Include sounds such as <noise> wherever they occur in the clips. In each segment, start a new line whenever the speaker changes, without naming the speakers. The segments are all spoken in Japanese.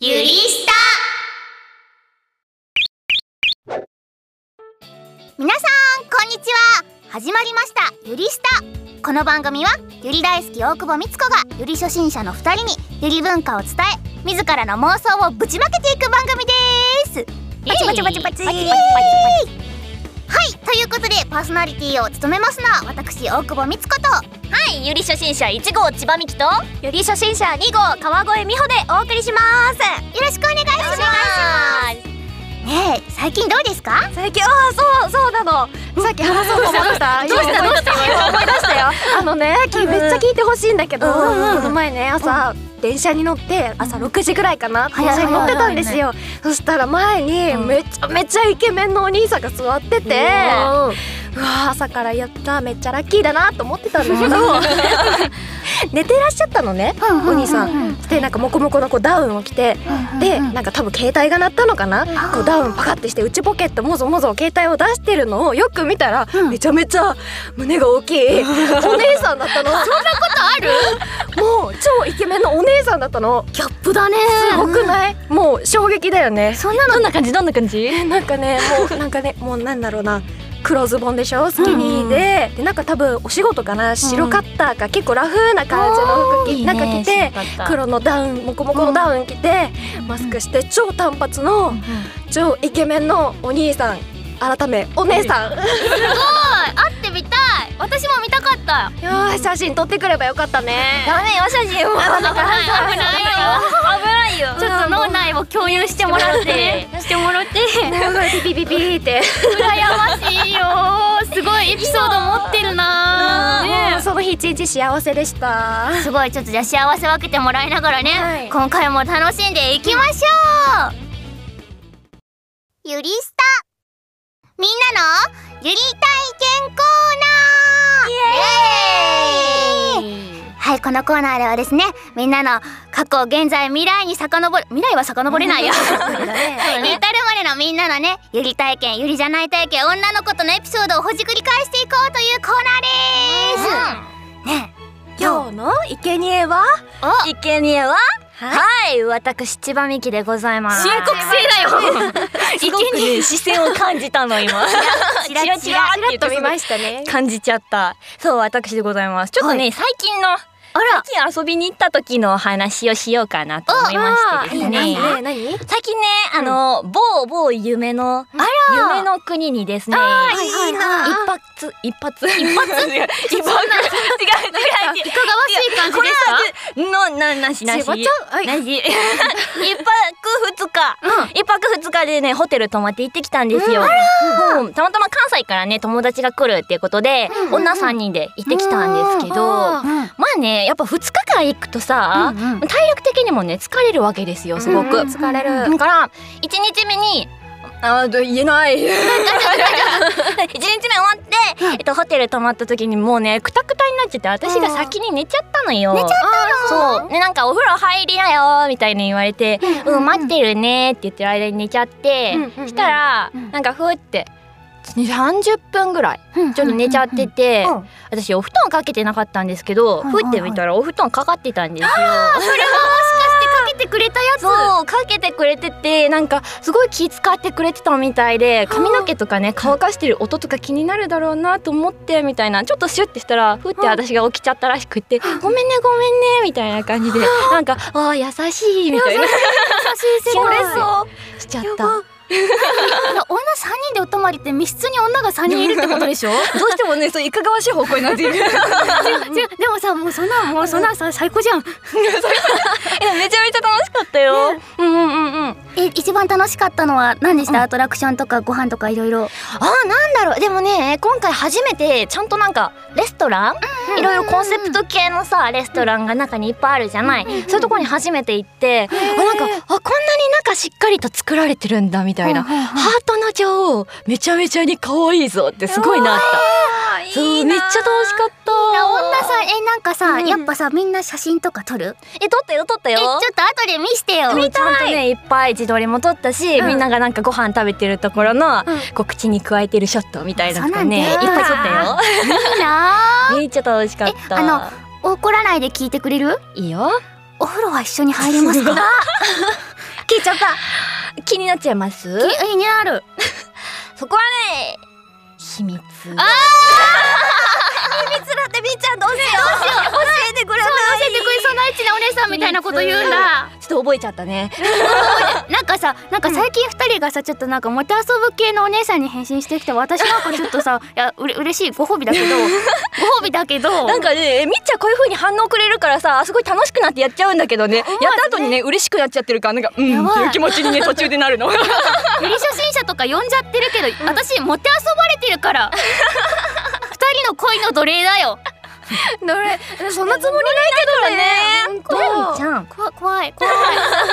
ゆりスタ皆さんこんにちは始まりましたゆりスタこの番組はゆり大好き大久保美津子がゆり初心者の2人にゆり文化を伝え自らの妄想をぶちまけていく番組ですパチパチパチパチ
イエーイ
イエーイはいということでパーソナリティを務めますのは私大久保美津子と
はい、ゆり初心者1号千葉美希とゆり初心者2号川越美穂でお送りします
よろしくお願いしますねえ最近どうですか
最近ああそうそうなのさっき話そうと思ってた
どうした
今思い出今思い出したよあのねきめっちゃ聞いてほしいんだけど、
うんうんうん
この前ね朝、電車に乗って朝6時ぐらいかな、
ん
電車に乗ってたんですよ、そしたら前に
うん
めちゃめちゃイケメンのお兄さんが座ってて、うわー朝からやっためっちゃラッキーだなと思ってたんだけど <laughs> 寝てらっしゃったのねお兄さん。でなんかモコモコのこうダウンを着てでなんか多分携帯が鳴ったのかなこうダウンパカってして内ポケットもぞもぞ携帯を出してるのをよく見たら、
うん
めちゃめちゃ胸が大き <laughs> いお姉さんだった <laughs> のそんなことあるもう超イケメンのお姉さんだったの
ギャップだね
すごくない、もう衝撃だよね
そんなのどんな感じどんな感じ
なんかね <laughs> もうなんかねもうなんだろうな黒ズボンでしょスキニーで,、でなんか多分お仕事かな白カッターか、結構ラフな感じの服着なんか着て黒のダウンモコモコのダウン着て、マスクして超短髪の、超イケメンのお兄さん改めお姉さん、
会ってみたい私も見たかった
<laughs> いやー写真撮ってくればよかったね
ダメよ写真も危ない危ないよ危ないよ
ちょっと脳
内を共有してもらってしてもらって
ピピピピ
<laughs>
ピって、
羨ましいよすごいエピソード持ってる
もうその日一日幸せでした
すごいちょっとじゃあ幸せ分けてもらいながらね、
はい
今回も楽しんでいきましょうゆりスタみんなのゆり体験コーナーイエーイはいこのコーナーではですねみんなの過去現在未来に遡る未来は遡れ
<laughs>
ないよ至るまでのみんなのねゆり体験ゆりじゃない体験女の子とのエピソードをほじくり返していこうというコーナーです、ねえ
今日の生贄は
生贄ははい私千葉美希でございます
深刻
性だよすごくね視線を感じたの今
チ
チラチラ
ちらっと見ましたね
感じちゃったそう私でございますちょっとね、
は
最近の
あら
最近遊びに行った時のお話をしようかなと思いましてですね
ね何
最近ねあの、某某夢の夢の国にですね
いいな
一発一発 <laughs> 一発 <laughs> 違う違う違う
いかがわ
違う
しい感じ
これ
ですか
はのななしなし
千葉ちゃんはい
なし <laughs> 一泊二日、一泊二日でねホテル泊まって行ってきたんですよ、うんたまたま関西からね友達が来るっていうことで、
うんうん
女三人で行ってきたんですけど、
うん
まあねやっぱ二日間行くとさ、
うんうん
体力的にもね疲れるわけですよすごく、
うん
疲れる
だから一日目にあー言えない一日目終わって、えっと、ホテル泊まった時にもうねくたくたになっちゃって私が先に寝ちゃったのよ。寝ちゃったのそうでなんか「お風呂入りなよ」みたいに言われて「うん待ってるね」って言ってる間に寝ちゃって、
うん
したら、
うん
なんかふーって30分ぐらい
うん
ちょっと寝ちゃってて、
うん
私お布団かけてなかったんですけど、
うん
ふーって見たらお布団かかってたんですよ。
かけてくれたやつ
そうかけてくれててなんかすごい気使ってくれてたみたいで髪の毛とかね乾かしてる音とか気になるだろうなと思ってみたいなちょっとシュッてしたらふって私が起きちゃったらしくって「ごめんねごめんね」みたいな感じでなんか「あー優しい」みたいな
世
<laughs> そ
界
れそうしちゃった。
女三人でお泊まりって密室に女が三人いるってことでしょ違
どうしてもねそういかがわしい方向になっていくいや
う違うでもさもうそんなもうそんなさ最高じゃん
めちゃめちゃ楽しかったよ、うんうんうんうん
え一番楽しかったのは何でした、アトラクションとかご飯とかいろいろ
あーなんだろうでもね今回初めてちゃんとなんかレストランいろいろコンセプト系のさレストランが中にいっぱいあるじゃない、そういうところに初めて行って、あなんかあこんなに中しっかりと作られてるんだみたいな、
うんうんうん
ハートの女王めちゃめちゃに可愛いぞってすごいなった、そうめっちゃ楽しかった
女さんえなんかさ、
うん
やっぱさみんな写真とか撮る
え撮ったよ撮った
え
よ
ちょっと後で見してよ
ちゃんとねいっぱい自撮りも撮ったし、
うん
みんながなんかご飯食べてるところの、
ん
こう口に加えてるショットみたいなのとかねい
そ
っ
うな
ぱ
んだ
い撮ったよ。
いいな
<laughs> めっちゃ楽しかった。
えあ怒らないで聞いてくれる
いいよ。
<laughs> お風呂は一緒に入りますか
気になっちゃいます
き気になる
そこはね秘密あ
つらってみーちゃんどうしよう教えてくれない
教えてくれそうなエッチなお姉さんみたいなこと言うんだ
ちょっと覚えちゃったね
なんかさなんか最近二人がさちょっとなんかもて遊ぶ系のお姉さんに変身してきて私なんかちょっと
<laughs>
さいやうれ嬉しいご褒美だけどご褒美だけど
なんかねえみっちゃんこういう風に反応くれるからさすごい楽しくなってやっちゃうんだけどねやった後にね嬉しくなっちゃってるからなんかうん
やばい
っていう気持ちにね途中でなるの
ユリ初心者とか呼んじゃってるけど、私モテ遊ばれてるから
<laughs>
二人の恋の奴隷だよ
どれそんなつもりないけどね
どうみち
ん
ゃん
怖い怖い <laughs> 怖い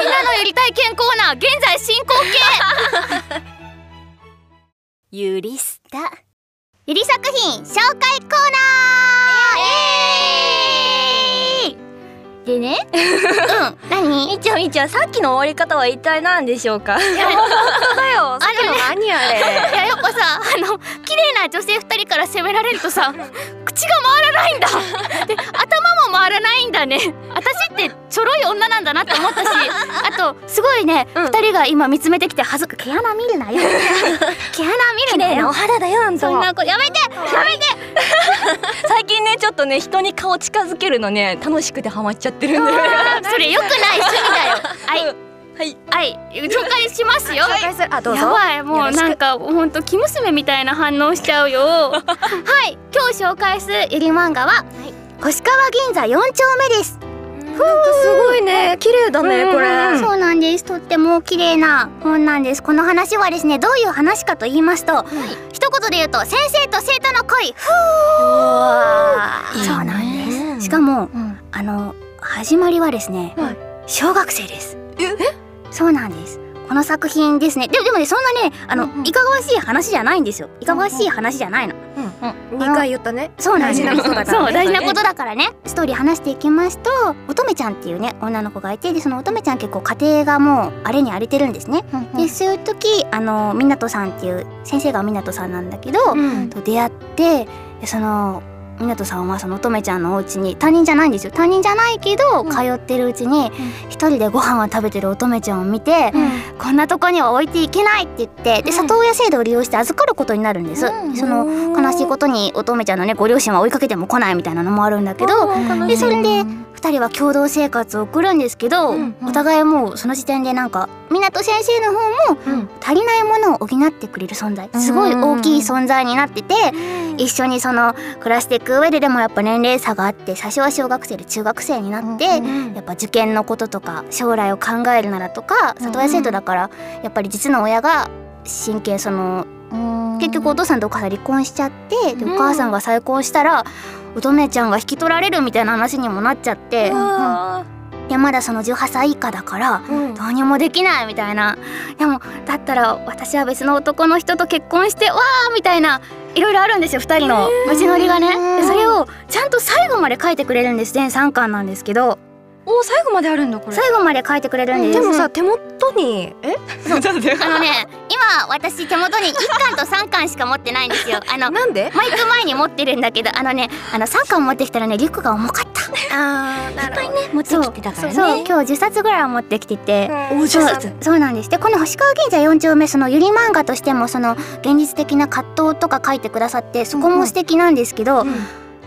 みんなのやりたい健康な現在進行形
ゆりすた
ゆり作品紹介コーナーイエーイで <laughs> ねうん何
みっちゃんみっちゃんさっきの終わり方は一体何でしょうか
だよさっきの何あれ
いややっぱさあの綺麗な女性二人から責められるとさ <laughs> 口が回らないんだで頭も回らないんだね私ってちょろい女なんだなって思った
<laughs>
しあとすごいね二、
うん
人が今見つめてきて恥ずか毛穴見る
<laughs>
なよ毛穴見るなよ
肌だよあん
そんなことや
<laughs>
めてやめて
最近ねちょっとね人に顔近づけるのね楽しくてハマっちゃってるんだよ
それ良くない趣味だよはい
はい
はい紹介しますよ
紹介するあどうぞ
やばいもうなんかほんと生娘みたいな反応しちゃうよ <laughs> はい今日紹介するゆり漫画は、越川銀座4丁目です
なんかすごいね綺麗だねこれ
そうなんですとっても綺麗な本なんですこの話はですねどういう話かと言いますと、一言で言うと先生と生徒の恋ふーそうなんです
ん
しかも、
ん
あの始まりはですね、
はい
小学生です。そうなんです。この作品ですね。でもでもねそんなねあの、
うんうん
いかがわしい話じゃないんですよ。いかがわしい話じゃないの。
二回言ったね
そうなんです。
大事なことだからね
そう大事なことだからね。ストーリー話していきますと、乙女ちゃんっていうね女の子がいてでその乙女ちゃん結構家庭がもうあれに荒れてるんですね。でそういう時あの湊さんっていう先生が湊さんなんだけど、
うん
と出会ってでその湊さんはその乙女ちゃんのお家に他人じゃないんですよ他人じゃないけど、
うん
通ってるうちに一人でご飯を食べてる乙女ちゃんを見て、
うん
こんなとこには置いていけないって言ってで
うん
里親制度を利用して預かることになるんです、
うん
その悲しいことに乙女ちゃんのねご両親は追いかけても来ないみたいなのもあるんだけど、
うん
でそれで2人は共同生活を送るんですけど、
うんうん
お互いもうその時点でなんか湊先生の方も
うん
足りないものを補ってくれる存在すごい大きい存在になってて、一緒にその暮らしていく上ででもやっぱ年齢差があって最初は小学生で中学生になって、やっぱ受験のこととか将来を考えるならとか里親制度だからやっぱり実の親が親権その結局お父さんとお母さん離婚しちゃってでお母さんが再婚したら乙女ちゃんが引き取られるみたいな話にもなっちゃって
うわ
でまだその18歳以下だから
ーうん
どうにもできないみたいなでもだったら私は別の男の人と結婚してわーみたいないろいろあるんですよ2人の道のりがね。でそれをちゃんと最後まで書いてくれるんです全3巻なんですけど
お最後まであるんだこれ
最後まで書いてくれるんです。
でもさ手元にえ
<laughs>
あのね今私手元に1巻と3巻しか持ってないん <laughs> ですよ。あの
なんで
マイク前に持ってるんだけどあのねあの3巻持ってきたらねリュックが重かった。
あーなるほどね
持ってきてたか
そう
らね
今日10冊ぐらいは持ってきてて。
お上手
そうなんですでこの星川銀座4丁目そのゆり漫画としてもその現実的な葛藤とか書いてくださってそこも素敵なんですけど、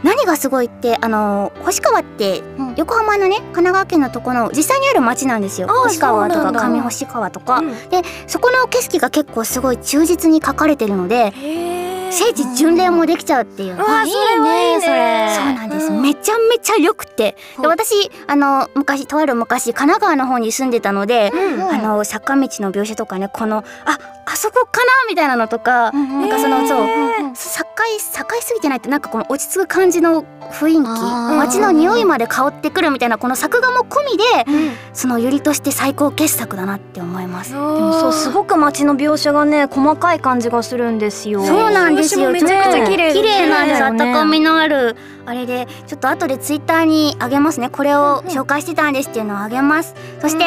何がすごいってあの星川って
うん
横浜のね神奈川県のとこの実際にある町なんですよ
ああ
星川と
そうな
か
んだ
上星川とか、
うん
でそこの景色が結構すごい忠実に描かれてるので
へー
聖地巡礼もできちゃうっていう、
うわ
あ
それはいいね
それ
そうなんです、
うん
めちゃめちゃ良くて
ほ
で
う
私あの昔とある昔神奈川の方に住んでたので、
うん
あの坂道の描写とかねこのああそこかなみたいなのとか、
な
なんかそのそう
へー
境境すぎてないってなんかこの落ち着く感じの雰囲気
あー
街の匂いまで香ってくるみたいなこの作画も込みでそのゆりとして最高傑作だなって思います。
でもそうすごく街の描写がね細かい感じがするんですよ。
そうなんですよ。
私もめちゃくちゃ綺麗
綺麗なんです。
ね
温かみのあるあれで、ちょっと後でツイッターにあげますね。これを紹介してたんですっていうのをあげます。そして、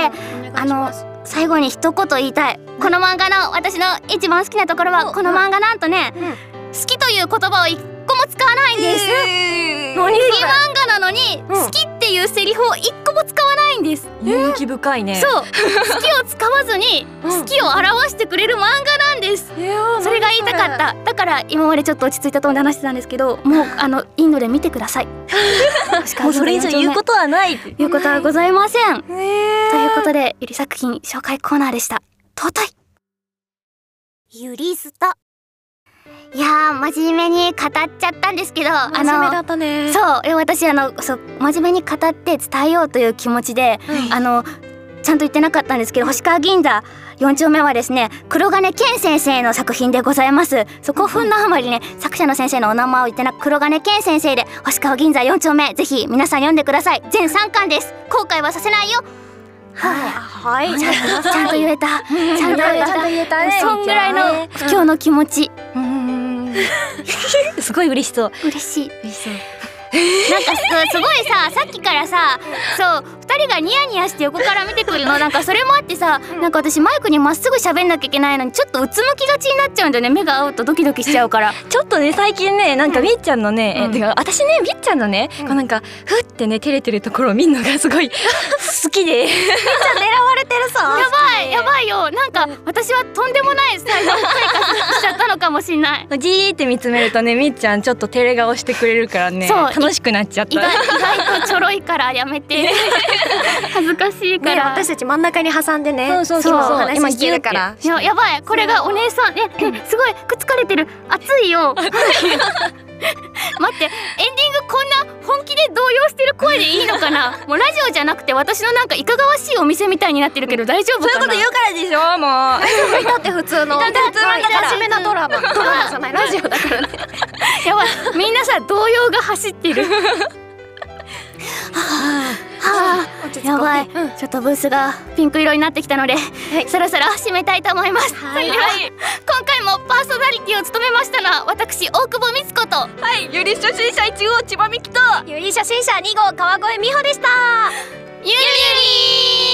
あの最後に一言言いたい。この漫画の私の一番好きなところはこの漫画なんとね、好きという言葉を一個も使わないんです。
えー
フリー漫画なのに、
うん
好きってっていうセリフを一個も使わないんです
勇気深いね
そう <laughs> 好きを使わずに好きを表してくれる漫画なんですそれが言いたかっただから今までちょっと落ち着いたトーンで話してたんですけどもうあのインドで見てくだ <laughs> さい
もうそれ以上言うことはない
ということはございません
た。
ということでゆり作品紹介コーナーでした尊いゆりスタいやー真面目に語っちゃったんですけどあ
真面目だったね。
そういや私あのそう真面目に語って伝えようという気持ちで、
うん
あのちゃんと言ってなかったんですけど星川銀座4丁目はですね黒金健先生の作品でございますそこをふんのあまりね、作者の先生のお名前を言ってなく黒金健先生で星川銀座4丁目ぜひ皆さん読んでください全3巻です後悔はさせないよはい、
はい。
ちゃんとちゃんと言えた <laughs> ちゃんと言えた
言えたね
そんぐらいの不況の気持ち、
うんすごい嬉しそう
嬉しい
嬉しそう
なんかすすごいささっきからさそう2人がニヤニヤして横から見てくるのなんかそれもあってさなんか私マイクにまっすぐ喋んなきゃいけないのにちょっとうつむきがちになっちゃうんだよね目が合うとドキドキしちゃうから。
ちょっとね最近ねなんかみっちゃんのね、
うん
えてか私ねみっちゃんのね、
うん
こうなんかふってね照れてるところを見るのがすごい <laughs> 好き <laughs> で
狙われてる
や
さ。
ばいやばいよなんか私はとんでもない才能を開花しちゃったのかもしんない。
じーって見つめるとねみっちゃんちょっと照れ顔してくれるからね
そう
楽しくなっちゃっ
意外
た
意外とちょろいからやめ
<laughs>
て恥ずかしいか
ね、
ら、
私たち真ん中に挟んでね。
そう
そうそう
お話ししてるから。
いややばいこれがお姉さん
<laughs>
ええすごいくっつかれてる熱いよ待ってエンディングこんな本気で動揺してる声でいいのか
<laughs>
なもうラジオじゃなくて私のなんかいかがわしいお店みたいになってるけど大丈夫
そういう
か
こ
な
と言うからでしょもう
だって普通の。
だって普通のだから
真面目なドラマ。ドラマじゃないラジオだからね。
やばいみんなさ動揺が走って
<laughs>
るはあは
落ち着
あ
こう
やばい、
うん
ちょっとブースがピンク色になってきたので、そろそろ締めたいと思います、
はい
それでは今回もパーソナリティを務めましたのは私大久保美津子と
はいより初心者1号千葉みきと
ゆり初心者2号川越美穂でした。
ゆりゆり